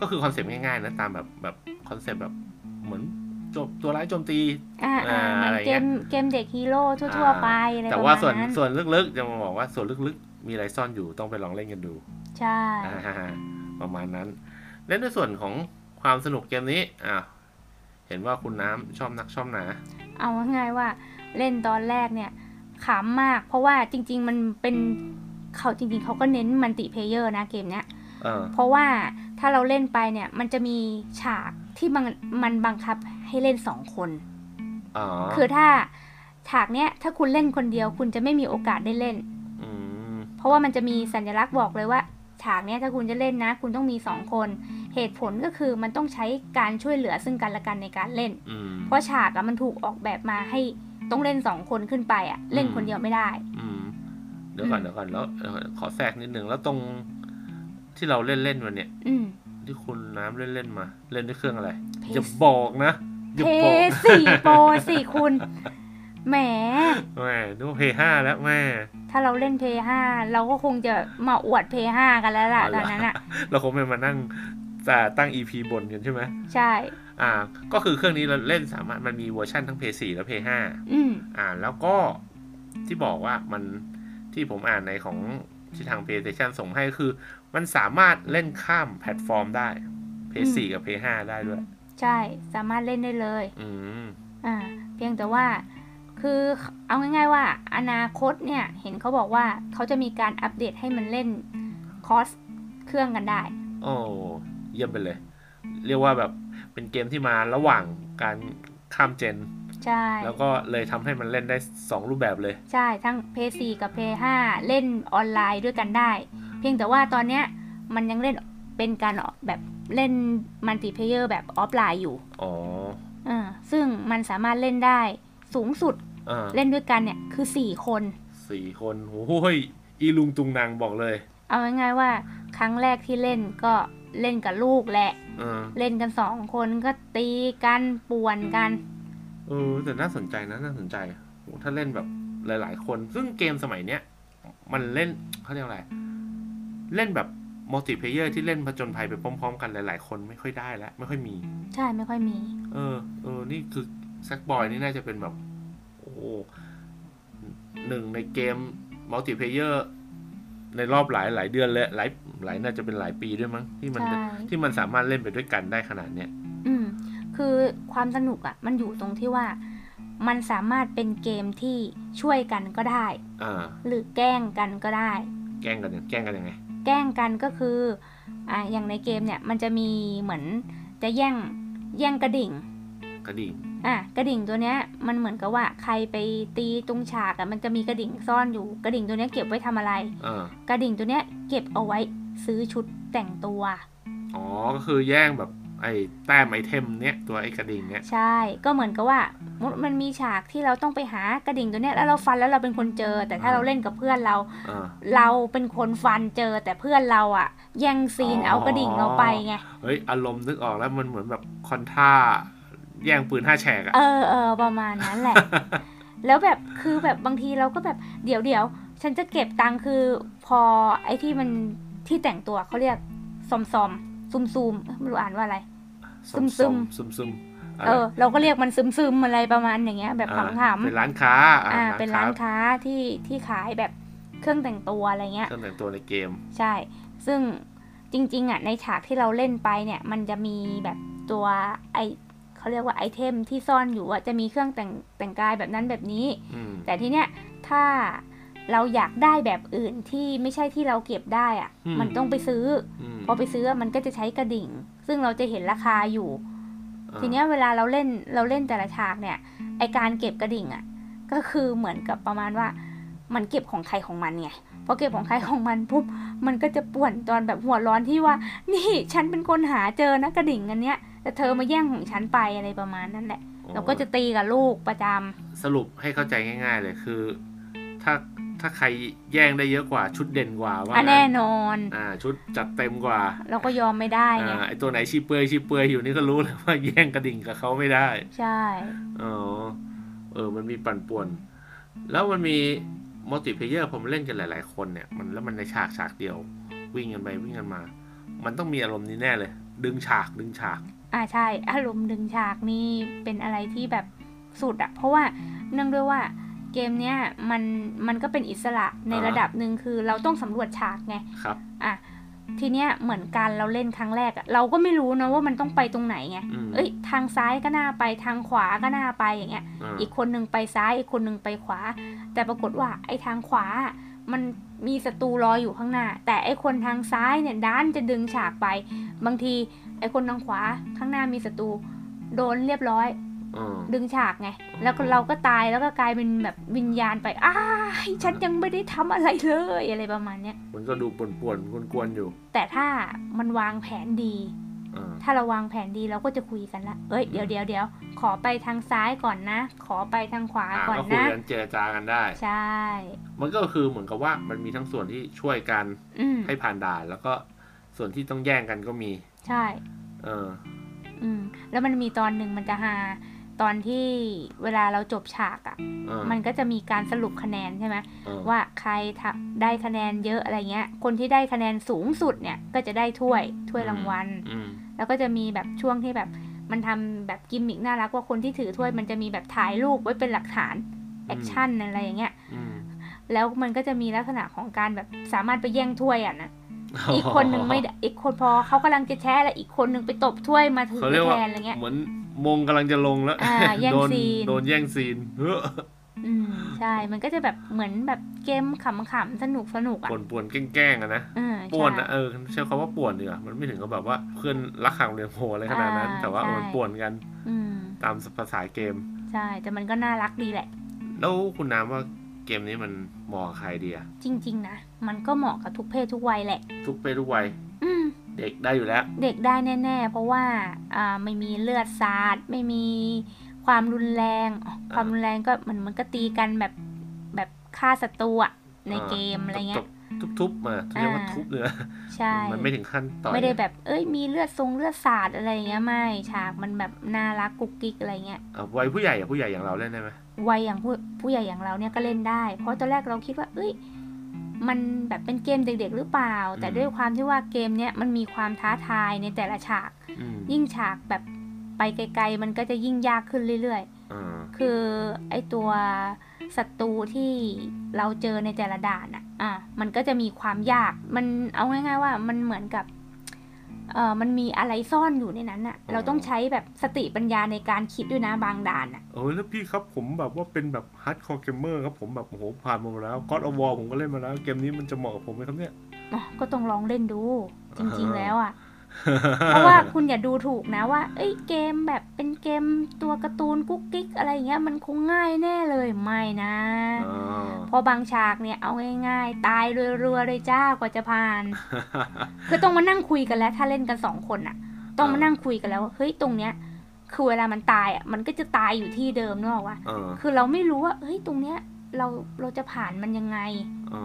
ก็คือคอนเซปต์ง่ายๆนะ ตามแบบแบบคอนเซปต์แบบเหมือนโจมตัวร้ายโจมตี
อ่า
อ่า
อ่าเหมือ
อะไร
น
เงี้
เก
ย
มเกมเด็กฮีโร่ทั่ว
อ่า
ๆไปอะไร
แต่
ประ
ว่า
มาณ
ส่วน
นั้น
ส่วนลึกๆ จะมาบอกว่าส่วนลึกๆ มีอะไรซ่อนอยู่ต้องไปลองเล่นกันดู
ใช่
อ่าประมาณนั้น และในส่วนของความสนุกเกมนี้อ่าเห็นว่าคุณน้ำชอบนักชอบหนา
เอาง่ายๆว่าเล่นตอนแรกเนี่ยขำมาก เพราะว่าจริง ๆ มันเป็นเขาจริง ๆ เขาก็เน้นมัลติเพลเยอร์นะเกมเนี้ย
เออ
เพราะว่าถ้าเราเล่นไปเนี่ยมันจะมีฉากที่มันมันบังคับให้เล่นสองคน
อ๋อ
คือถ้าฉากเนี้ยถ้าคุณเล่นคนเดียวคุณจะไม่มีโอกาสได้เล่น
อืม
เพราะว่ามันจะมีสัญลักษณ์บอกเลยว่า ฉากเนี้ยถ้าคุณจะเล่นนะ คุณต้องมีสองคน เหตุผลก็คือมันต้องใช้การช่วยเหลือซึ่งกันและกันในการเล่น
อืม
เพราะฉากอะมันถูกออกแบบมาให้ต้องเล่นสองคนขึ้นไปอะเล่นคนเดียวไม่ได้
อืม เดี๋ยวก่อนเดี๋ยวก่อนแล้วเดี๋ยวก่อนขอแทรกนิดนึง แล้วตรงที่เราเล่นเล่นๆวันเนี่ย
อืม
ที่คุณน้ำเล่นเล่นๆมา เล่นด้วยเครื่องอะไร
เพจ
อย่าบอกนะ อ
เพ
ย่าบอก
สี่โปรสี่คุณแหม
แม่นึกว่าเพย์ห้าแล้วแม่
ถ้าเราเล่นเพย์ห้าเราก็คงจะมาอวดเพย์ห้ากันแล้วล่ะ
อ๋อ
ต
เหร
อน
อ
นั้นอะ
เราคงไม่มานั่งจะตั้งอีพีบนกันใช่ไหม
ใช่
อ่า ก็คือเครื่องนี้เราเล่นสามารถมันมีเวอร์ชันทั้งเพย์สี่และเพย์ห้า
อืม
อ่านแล้วก็ที่บอกว่ามันที่ผมอ่านในของที่ทาง PlayStation ส่งให้คือ มันสามารถเล่นข้ามแพลตฟอร์มได้ PS4 กับ PS5 ได้ด้วย
ใช่ สามารถเล่นได้เลย
อืม
อ่า เพียงแต่ว่า คือเอาง่ายๆว่าอนาคตเนี่ย เห็นเขาบอกว่าเขาจะมีการอัปเดตให้มันเล่นคอสเครื่องกันได้
โอ้เยี่ยมไปเลย เรียกว่าแบบเป็นเกมที่มาระหว่างการข้ามเจน
ใช่
แล้วก็เลยทำให้มันเล่นได้ 2 รูปแบบเลย
ใช่ ทั้ง p พ4กับ p พ5เล่นออนไลน์ด้วยกันได้ เพียงแต่ว่าตอนเนี้ยมันยังเล่นเป็นการออกแบบเล่นมัลติเพเยอร์แบบออฟไลน์อยู่
อ๋อ
เออซึ่งมันสามารถเล่นได้สูงสุด
อ่า
เล่นด้วยกันเนี่ย คือ 4 คน
สี่คนโอ้ยอีลุงตุงนางบอกเลย
เอาง่ายๆว่าครั้งแรกที่เล่นก็เล่นกับลูกแหละ
อ่า
เล่นกันสองคนก็ตีกันป่วนกัน
เออแต่น่าสนใจนะน่าสนใจโหถ้าเล่นแบบหลาย ๆ คน ซึ่งเกมสมัยเนี้ย มันเล่นเขาเรียกอะไร เล่นแบบมัลติเพเยอร์ที่เล่นผจญภัยไปพร้อม ๆ กันหลาย ๆ คนไม่ค่อยได้แล้วไม่ค่อยมี
ใช่ไม่ค่อยมี
เออ เออ นี่คือแซกบอยนี่น่าจะเป็นแบบ โอ้โหหนึ่งในเกมมัลติเพเยอร์ในรอบหลายหลายเดือนเลยหลายหลายน่าจะเป็นหลายปีด้วยมั้ง ที่มัน
ใช่
ที่มันสามารถเล่นไปด้วยกันได้ขนาดเนี้ย
อืม คือความสนุกอะ่ะ มันอยู่ตรงที่ว่า มันสามารถเป็นเกมที่ช่วยกันก็ได้
อ่า
หรือแกล้งกันก็ได้
แกล้งกันเนี่ยแกล้งกันยังไง
แกล้งกันก็คืออ่าอย่างในเกมเนี่ย มันจะมีเหมือนจะแย่งแย่งกระดิ่ง
กระดิ่ง
อ่ะกระดิ่งตัวเนี้ยมันเหมือนกับว่าใครไปตีตรงฉากอะมันจะมีกระดิ่งซ่อนอยู่กระดิ่งตัวเนี้ยเก็บไว้ทำอะไร
อ่าก
ระดิ่งตัวเนี้ยเก็บเอาไว้ซื้อชุดแต่งตัว
อ๋อ ก็คือแย่งแบบไอ้แต้มไอเทมเนี้ยตัวไอ้กระดิ่งเนี้ย
ใช่ ก็เหมือนกับว่ามุดมันมีฉากที่เราต้องไปหากระดิ่งตัวเนี้ยแล้วเราฟันแล้วเราเป็นคนเจอ แต่ถ้า
อ่า
เราเล่นกับเพื่อนเรา
อ่า
เราเป็นคนฟันเจอ แต่เพื่อนเราอะแย่งซีน
อ๋อ
เอากระดิ่งเราไปไง
เฮ้ย อารมณ์นึกออกแล้วมันเหมือนแบบคอนท่าแย่งปืนห้าแฉกอะ
เออเออประมาณนั้นแหละ แล้วแบบคือแบบบางทีเราก็แบบเดี๋ยวเดี๋ยวฉันจะเก็บตังค์คือพอไอ้ที่มันที่แต่งตัวเขาเรียกซอมซอมซุมซูมเอ้ยไม่รู้อ่านว่าอะไร
ซุ่ม
ซึ
ซุ่ม
ม
ซุ่มซุ่มะ
เอ
ไร
อเราก็เรียกมันซึมซึมๆอะไรประมาณอย่างเงี้ยแบบข
อ่า
ำๆ
เป็นร้านค้า
อ่าเป็นร้านค้าที่ที่ขายแบบเครื่องแต่งตัวอะไรเงี้ย
เครื่องแต่งตัวในเกม
ใช่ ซึ่งจริง ๆอ่ะในฉากที่เราเล่นไปเนี่ย มันจะมีแบบตัวไอเขาเรียกว่าไอเทมที่ซ่อนอยู่ว่าจะมีเครื่องแต่งแต่งกายแบบนั้นแบบนี้
อืม
แต่ทีเนี้ยถ้าเราอยากได้แบบอื่นที่ไม่ใช่ที่เราเก็บได้อ่ะ มันต้องไปซื้อ
อืม
พอไปซื้อมันก็จะใช้กระดิ่ง ซึ่งเราจะเห็นราคาอยู่
อ่า
ทีเนี้ยเวลาเราเล่นเราเล่นแต่ละฉากเนี่ยไอการเก็บกระดิ่งอะ่ะก็คือเหมือนกับประมาณว่า มันเก็บของใครของมันไงพอเก็บของใครของมันปุ๊บมันก็จะป่วนตอนแบบหัวร้อนที่ว่า นี่ฉันเป็นคนหาเจอนะกระดิ่งอันเนี้ยแต่เธอมาแย่งของฉันไปอะไรประมาณนั้นแหละ
โอ้
เราก็จะตีกับลูกประจำ
สรุปให้เข้าใจง่าย ๆ เลยคือ ถ้าถ้าใครแย่งได้เยอะกว่าชุดเด่นกว่าว่า
อ่ะ
งั้น
แน่นอน
อ่า ชุดจัดเต็มกว่า
เราก็ยอมไม่ได้ไง
อ่าไอตัวไหนชีเปลือยชีเปลือยอยู่นี่ก็รู้เลยว่า แย่งกระดิ่งกับเขาไม่ได้
ใช่
อ๋อเออ มันมีปั่นป่วน แล้วมันมีมัลติเพเยอร์ผมนเล่นกันหลาย ๆ คนเนี่ยมันแล้วมันในฉากฉากเดียว วิ่งกันไปวิ่งกันมา มันต้องมีอารมณ์นี้แน่เลย ดึงฉากดึงฉาก
อ่าใช่อารมณ์ดึงฉากนี่เป็นอะไรที่แบบสุดอะเพราะว่าเนื่องด้วยว่าเกมเนี้ยมันมันก็เป็นอิสระใน
อ่าฮะ
ระดับหนึ่งคือเราต้องสำรวจฉากไง
ครับ
อ่ะทีเนี้ยเหมือนกันเราเล่นครั้งแรกอะเราก็ไม่รู้นะว่ามันต้องไปตรงไหนไง
อืม
เอ้ยทางซ้ายก็น่าไปทางขวาก็น่าไปอย่างเงี้ย
อ่า
อีกคนหนึ่งไปซ้ายอีกคนหนึ่งไปขวา แต่ปรากฏว่าไอ้ทางขวาอะมันมีศัตรูรออยู่ข้างหน้า แต่ไอ้คนทางซ้ายเนี่ยด้านจะดึงฉากไป บางทีไอ้คนทางขวาข้างหน้ามีศัตรูโดนเรียบร้อย
อ่า
ดึงฉากไง แล้วก็เราก็ตายแล้วก็กลายเป็นแบบวิญญาณไปอ้ายฉันยังไม่ได้ทำอะไรเลยอะไรประมาณเนี้ย
มันก็ดูป่วนๆกวนๆอยู่
แต่ถ้ามันวางแผนดี
อ่า
ถ้าเราวางแผนดีเราก็จะคุยกันละเอ้ยเดี๋ยวเดี๋ยวเดี๋ยวขอไปทางซ้ายก่อนนะ ขอไปทางขวา
อ่า
ก่อน
ก็คุย
นะ
กันเจรจากันได้
ใช่
มันก็คือเหมือนกับว่ามันมีทั้งส่วนที่ช่วยกัน
อืม
ให้ผ่านด่าน แล้วก็ส่วนที่ต้องแย่งกันก็มี
ใช่
เออ
อืม แล้วมันมีตอนหนึ่งมันจะฮาตอนที่เวลาเราจบฉากอะ่ะ
เออ
มันก็จะมีการสรุปคะแนนใช่ไหม
เออ
ว่าใครทำได้คะแนนเยอะอะไรเงี้ย คนที่ได้คะแนนสูงสุดเนี่ยก็จะได้ถ้วยถ้วยรางวัล
อืม
แล้วก็จะมีแบบช่วงที่แบบมันทำแบบกิมมิกน่ารักว่าคนที่ถือถ้วยมันจะมีแบบถ่ายรูปไว้เป็นหลักฐานแอคชั่นอะไรอย่างเงี้ย
อืม
แล้วมันก็จะมีลักษณะของการแบบสามารถไปแย่งถ้วยอ่ะนะ อีกคนหนึ่งไม่ได้อีกคนพอเขากำลังจะแช่แล้วอีกคนหนึ่งไปตบถ้วยมาถือ
เขาเรียกว่า
แทนอะไรเงี้ย
เหมือนมงกำลังจะลงแล้ว
อ่าแย่ง
โดน
ซีน
โดนแย่งซีนเฮ้อ
ช่ มันก็จะแบบเหมือนแบบเกมขำๆสนุกสนุกๆอ่ะ
ป่วนป่วนๆแกล้งๆอะนะ
เออ
ป่วน
ใช่
นะเออใช้คำว่าป่วนดีกว่ามันไม่ถึงกับแบบว่าเพื่อนรักขังเรียนโหอะไรขนาดนั้น
อ่า
แต่ว่า
ใช่
มันป่วนกัน
อืม
ตามภาษาเกม
ใช่ แต่มันก็น่ารักดีแหละ
แล้วคุณน้ำว่าเกมนี้มันเหมาะกับใครดีอะ
จริง ๆ นะ มันก็เหมาะกับทุกเพศทุกวัยแหละ
ทุกเพศทุกวัย
อืม
เด็กได้อยู่แล้ว
เด็กได้แน่ ๆ เพราะว่าอ่าไม่มีเลือดสาด ไม่มีความรุนแรงอ๋อความรุนแรงก็มันมันก็ตีกันแบบแบบฆ่าศัตรูอะใน
อ่า
เกมอะไรเงี้ย
ทุบๆทุบๆมาเรียกว่า
อ่า
ทุบเนื้อ
ใช่
มันไม่ถึงขั้นต่อย
ไม่ได้แบบเอ้ยมีเลือดทรงเลือดสาดอะไรเงี้ยไม่ฉากมันแบบน่ารักกุ๊กกิ๊กอะไรเงี้ย
เอาวัยผู้ใหญ่อะผู้ใหญ่อย่างเราเล่นได้ไหม
วัยอย่างผู้ผู้ใหญ่อย่างเราเนี่ยก็เล่นได้ เพราะตอนแรกเราคิดว่า เอ้ย มันแบบเป็นเกมเด็ก ๆ หรือเปล่า แต่ด้วยความที่ว่าเกมเนี้ยมันมีความท้าทายในแต่ละฉาก
อืม
ยิ่งฉากแบบไปไกล ๆ มันก็จะยิ่งยากขึ้นเรื่อย
อ่า
ๆ คือไอตัวศัตรูที่เราเจอในแต่ละด่านอ่ะ อ่ะ มันก็จะมีความยาก มันเอาง่าย ๆ ว่ามันเหมือนกับ เออมันมีอะไรซ่อนอยู่ในนั้นอ่ะ เราต้องใช้แบบสติปัญญาในการคิดด้วยนะบางด่านอ่ะ
โอ้ยแล้วพี่ครับผมแบบว่าเป็นแบบฮาร์ดคอร์เกมเมอร์ครับผมแบบโอ้โหผ่านมาหมดแล้วก็อดอวอผมก็เล่นมาแล้ว เกมนี้มันจะเหมาะกับผมไหมครับเนี่ย
อ่ะก็ต้องลองเล่นดู จริง
อ่า
ๆ แล้วอ่ะ เพ ราะว่าคุณอย่าดูถูกนะว่า เอ้ยเกมแบบเป็นเกมตัวการ์ตูนกุ๊กกิ๊กอะไรอย่างเงี้ยมันคงง่ายแน่เลยไม่นะ
อ่ า
เพราะบางฉากเนี่ยเอาง่ายๆ ตายรัวๆเลยจ้ากว่าจะผ่าน คือต้องมานั่งคุยกันแล้ว ถ้าเล่นกันสองคนอ่ะ ต้องมานั่งคุยกันแล้วว่าเฮ้ยตรงเนี้ย คือเวลามันตายอ่ะมันก็จะตายอยู่ที่เดิมนึกออกว่า
เออ
คือเราไม่รู้ว่าเฮ้ยตรงเนี้ยเราเราจะผ่านมันยังไง
อ๋อ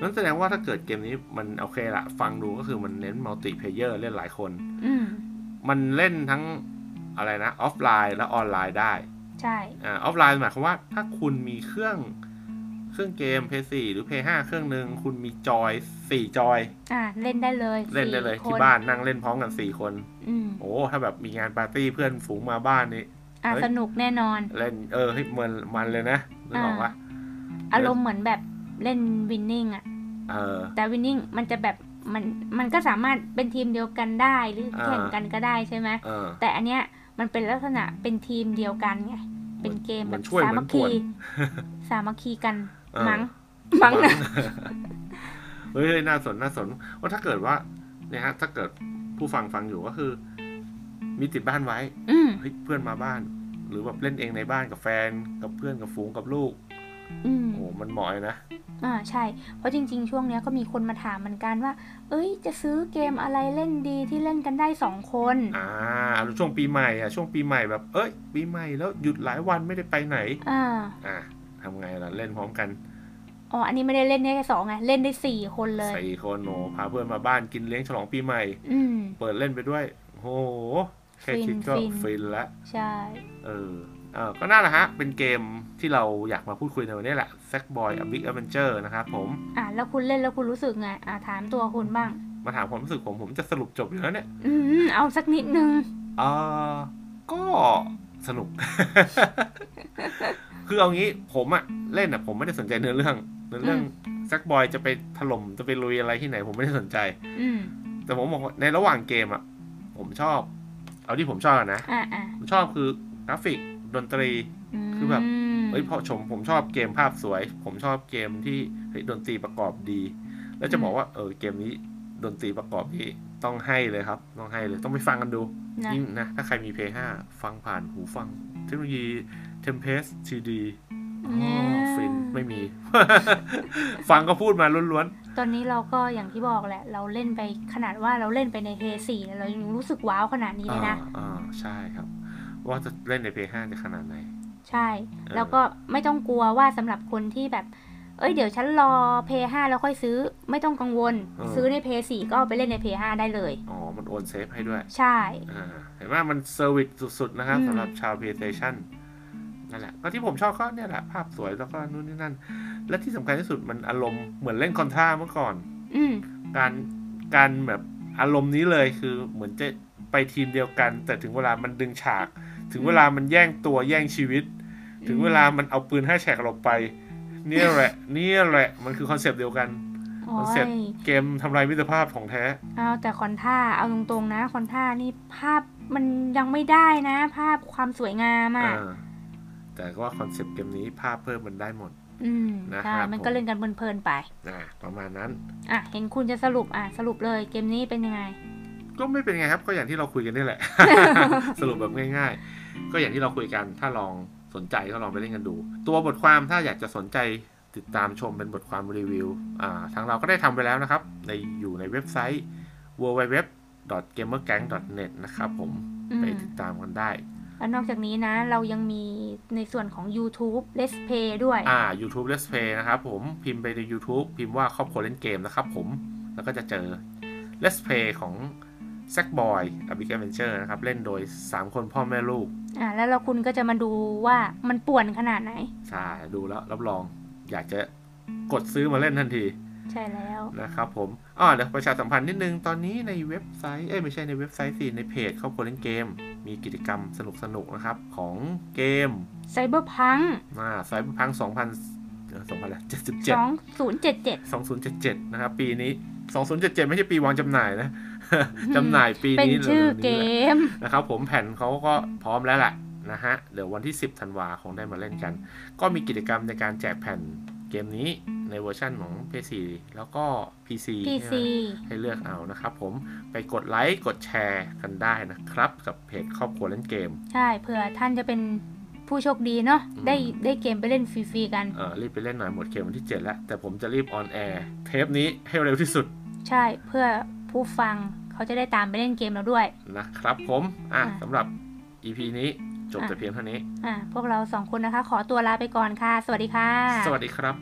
นั่นแสดงว่าถ้าเกิดเกมนี้มันโอเคละฟังดูก็คือมันเน้นมัลติเพเยอร์เล่นหลายคน
อืม
มันเล่นทั้งอะไรนะ ออฟไลน์และออนไลน์ได้
ใช่
อ่าออฟไลน์หมายความว่าถ้าคุณมีเครื่องเครื่องเกม p พ4หรือ p 5เครื่องหนึ่งคุณมีจอย4จอย
อ่ะเล่นได้เลย
เล่นได้เลย
สี่
ที่
ค
บ้านนั่งเล่นพร้อมกัน 4 คน
อืม
โอ้ถ้าแบบมีงานปาร์ตี้เพื่อนฝูงมาบ้านนี่
อ่ะ
เฮ้ย
สนุกแน่นอน
เล่นเออเฮ้ยมันมันเลยนะนึกออกปะ
อารมณ์เหมือนแบบเล่นวินนิ่งอะ
เออ
แต่วินนิ่งมันจะแบบมันมันก็สามารถเป็นทีมเดียวกันได้หรือ
อ่า
แข่งกันก็ได้ใช่ไหม
เออ
แต่อันเนี้ยมันเป็นลักษณะเป็นทีมเดียวกันไงเป็นเกม
เหมื
แบ
อน
บ
ช่วย
สา
เห
มั
มือน
ค
ก
คี
วน
สามัคคีกัน
เออ
มั้งมั้งนะ
เฮ้ยเฮ้ยน่าสน น่าสน ว่าถ้าเกิดว่า เนี่ยฮะ ถ้าเกิดผู้ฟังฟังอยู่ก็คือ มีติดบ้านไว้
อืม
เฮ้ย เพื่อนมาบ้าน หรือแบบเล่นเองในบ้านกับแฟน กับเพื่อน กับฝูง กับลูก
อืม
โอ้โห มันเหมาะเลยนะ
อ่าใช่ เพราะจริง ๆ ช่วงเนี้ยก็มีคนมาถามเหมือนกันว่า เอ้ย จะซื้อเกมอะไรเล่นดีที่เล่นกันได้สองคน
อ่าแล้วช่วงปีใหม่อะช่วงปีใหม่แบบ เอ้ย ปีใหม่แล้วหยุดหลายวันไม่ได้ไปไหน
อ่า
อ่ะทำไงล่ะ เล่นพร้อมกัน
อ๋ออันนี้ไม่ได้เล่นได้แค่สองไงเล่นได้สี่คนเลย
สี่คนโหพาเพื่อนมาบ้านกินเลี้ยงฉลองปีใหม่
อืม
เปิดเล่นไปด้วย โอ้โห แค่
ฟิน
คิดก็
ฟิน
ฟินละ
ใช่
เออเออก็น่าละฮะ เป็นเกมที่เราอยากมาพูดคุยในวันนี้แหละ s a c Boy a Big Adventure นะครับผม
อ่ะแล้วคุณเล่นแล้วคุณรู้สึกไงอ่ะถามตัวคุณบ้าง
มาถามความรู้สึกผม ผมจะสรุปจบอยู่แล้วเนี่ย
อืมเอาสักนิดนึง
เออก็สนุก คือเอางี้ผมอะเล่นอะผมไม่ได้สนใจเนื้อเรื่อง เนื้อเรื่อง s a c Boy จะไปถล่มจะไปลุยอะไรที่ไหน ผมไม่ได้สนใจ
อืม
แต่ผมบอกว่าในระหว่างเกมอะผมชอบ เอาที่ผมชอบก่อนนะ
อ่ะอ่ะ
ผมชอบคือกราฟิกดนตรี
ม
คือแบบ เอ้ยพอชมผมชอบเกมภาพสวย ผมชอบเกมที่เฮ้ยดนตรีประกอบดี แล้วจะบอกว่าเออเกมนี้ดนตรีประกอบที่ต้องให้เลยครับ ต้องให้เลยต้องไปฟังกันดู
นะ
ยิ่งนะ ถ้าใครมี p 5ฟังผ่านหูฟัง เทคโนโลยี Tempest CD อ๋อฟินไม่มี ฟังก็พูดมาล้วน
ตอนนี้เราก็อย่างที่บอกแหละ เราเล่นไปขนาดว่าเราเล่นไปในเทสี่เรายังรู้สึกว้าวขนาดนี้
ๆ
เลย
อ่า
นะ
อ่าใช่ครับ ว่าจะเล่นใน p 5จะขนาดไหน
ใช่ แล้วก็ไม่ต้องกลัวว่าสำหรับคนที่แบบ เอ้ยเดี๋ยวฉันรอเพย์ห้าแล้วค่อยซื้อ ไม่ต้องกังวล
เออ
ซื้อในเพย์สี่ก็เอาไปเล่นในเพย์ห้าได้เลย
อ๋อ มันโอนเซฟให้ด้วย
ใช่
อ่าเห็นว่ามันเซอร์วิสสุด ๆ นะครับ
อืม
สำหรับชาว PlayStation นั่นแหละ ก็ที่ผมชอบก็เนี่ยแหละ ภาพสวยแล้วก็นู่นนี่นั่น และที่สำคัญที่สุดมันอารมณ์เหมือนเล่นคอนทราเมื่อก่อน
อืม
การการแบบอารมณ์นี้เลยคือเหมือนจะไปทีมเดียวกัน แต่ถึงเวลามันดึงฉาก ถึงเวลามันแย่งตัวแย่งชีวิต ถึงเวลามันเอาปืนให้าแฉกเราไป เนี่ยแหละ เนี่ยแหละ มันคือคอนเซปต์เดียวกัน
โอ้
มันเสร็จ
ย
เกมทำลายมิตรภาพของแท้
เอาแต่คอนท่าเอาตรงๆนะคอนท่านี่ภาพมันยังไม่ได้นะ ภาพความสวยงามอะ่ะ
อ่า แต่ว่าคอนเซปต์เกมนี้ภาพเพิ่มมันได้หมด
อืม
นะครับ
ใช่มันก็
ผม
เล่นกันเพลินๆไป
นะประมาณนั้น
อ่ะ เห็นคุณจะสรุปอ่ะ สรุปเลยเกมนี้เป็นยังไง
ก็ไม่เป็นไงครับ ก็อย่างที่เราคุยกันนี่แหละ สรุปแบบง่าย ๆ ก็อย่างที่เราคุยกันถ้าลองสนใจก็ลองไปเล่นกันดู ตัวบทความถ้าอยากจะสนใจติดตามชมเป็นบทความรีวิวอ่าทางเราก็ได้ทำไปแล้วนะครับ ในอยู่ในเว็บไซต์ www.gamergang.net นะครับผม
อื
ไป
ม
ติดตามกันได้
แล้วนอกจากนี้นะ เรายังมีในส่วนของ YouTube Let's Play ด้วย
อ่า YouTube Let's Play นะครับผมพิมพ์ไปใน YouTube พิมพ์ว่าครอบครัวเล่นเกมนะครับผม แล้วก็จะเจอ Let's Play ของ s a c b o y a b i g Adventure นะครับ เล่นโดย 3 คนพ่อแม่ลูก
อ่ะ แล้วเราคุณก็จะมาดูว่ามันป่วนขนาดไหน
ใช่ ดูแล้วรับรองอยากจะกดซื้อมาเล่นทันที
ใช่แล้ว
นะครับผมอ๋อเดี๋ยวประชาสัมพันธ์นิดนึง ตอนนี้ในเว็บไซต์ เอ้ยไม่ใช่ในเว็บไซต์สิ ในเพจครอบครัวเล่นเกม มีกิจกรรมสนุกๆนะครับของเกม
Cyberpunk
มาไซเบอร์พัง2000เอ่อ2077
2077
2077 นะครับ ปีนี้ 2077 ไม่ใช่ปีวางจำหน่ายนะ จำหน่ายปี
เป็น
นี้
ชื่อเก
ร็วๆนี้แหละ
ม
นะครับ ผมแผ่นเขาก็พร้อมแล้วล่ะนะฮะ เดี๋ยววันที่ 10ธันวาคงได้มาเล่นกัน ก็มีกิจกรรมในการแจกแผ่นเกมนี้ในเวอร์ชั่นของ PS4 แล้วก็ PC ใช่ไหม
PC
ให้เลือกเอานะครับผมไปกดไลค์กดแชร์กันได้นะครับ กับเพจครอบครัวเล่นเกม
ใช่ เผื่อท่านจะเป็นผู้โชคดีเนาะ
อืม
ได้ได้เกมไปเล่นฟรีๆกัน
เอ่อรีบไปเล่นหน่อยหมดเกมวันที่ 7 แล้ว แต่ผมจะรีบออนแอร์เทปนี้ให้เร็วที่สุด
ใช่ เพื่อผู้ฟังเขาจะได้ตามไปเล่นเกมเราด้วย
นะครับผมอ่ะ
อ่ะ
สำหรับ EP นี้จบ
อ่ะ
แต่เพียงเท่านี้
อ่ะ พวกเราสองคนนะคะ ขอตัวลาไปก่อนค่ะ สวัสดีค่ะ
สวัสดีครับ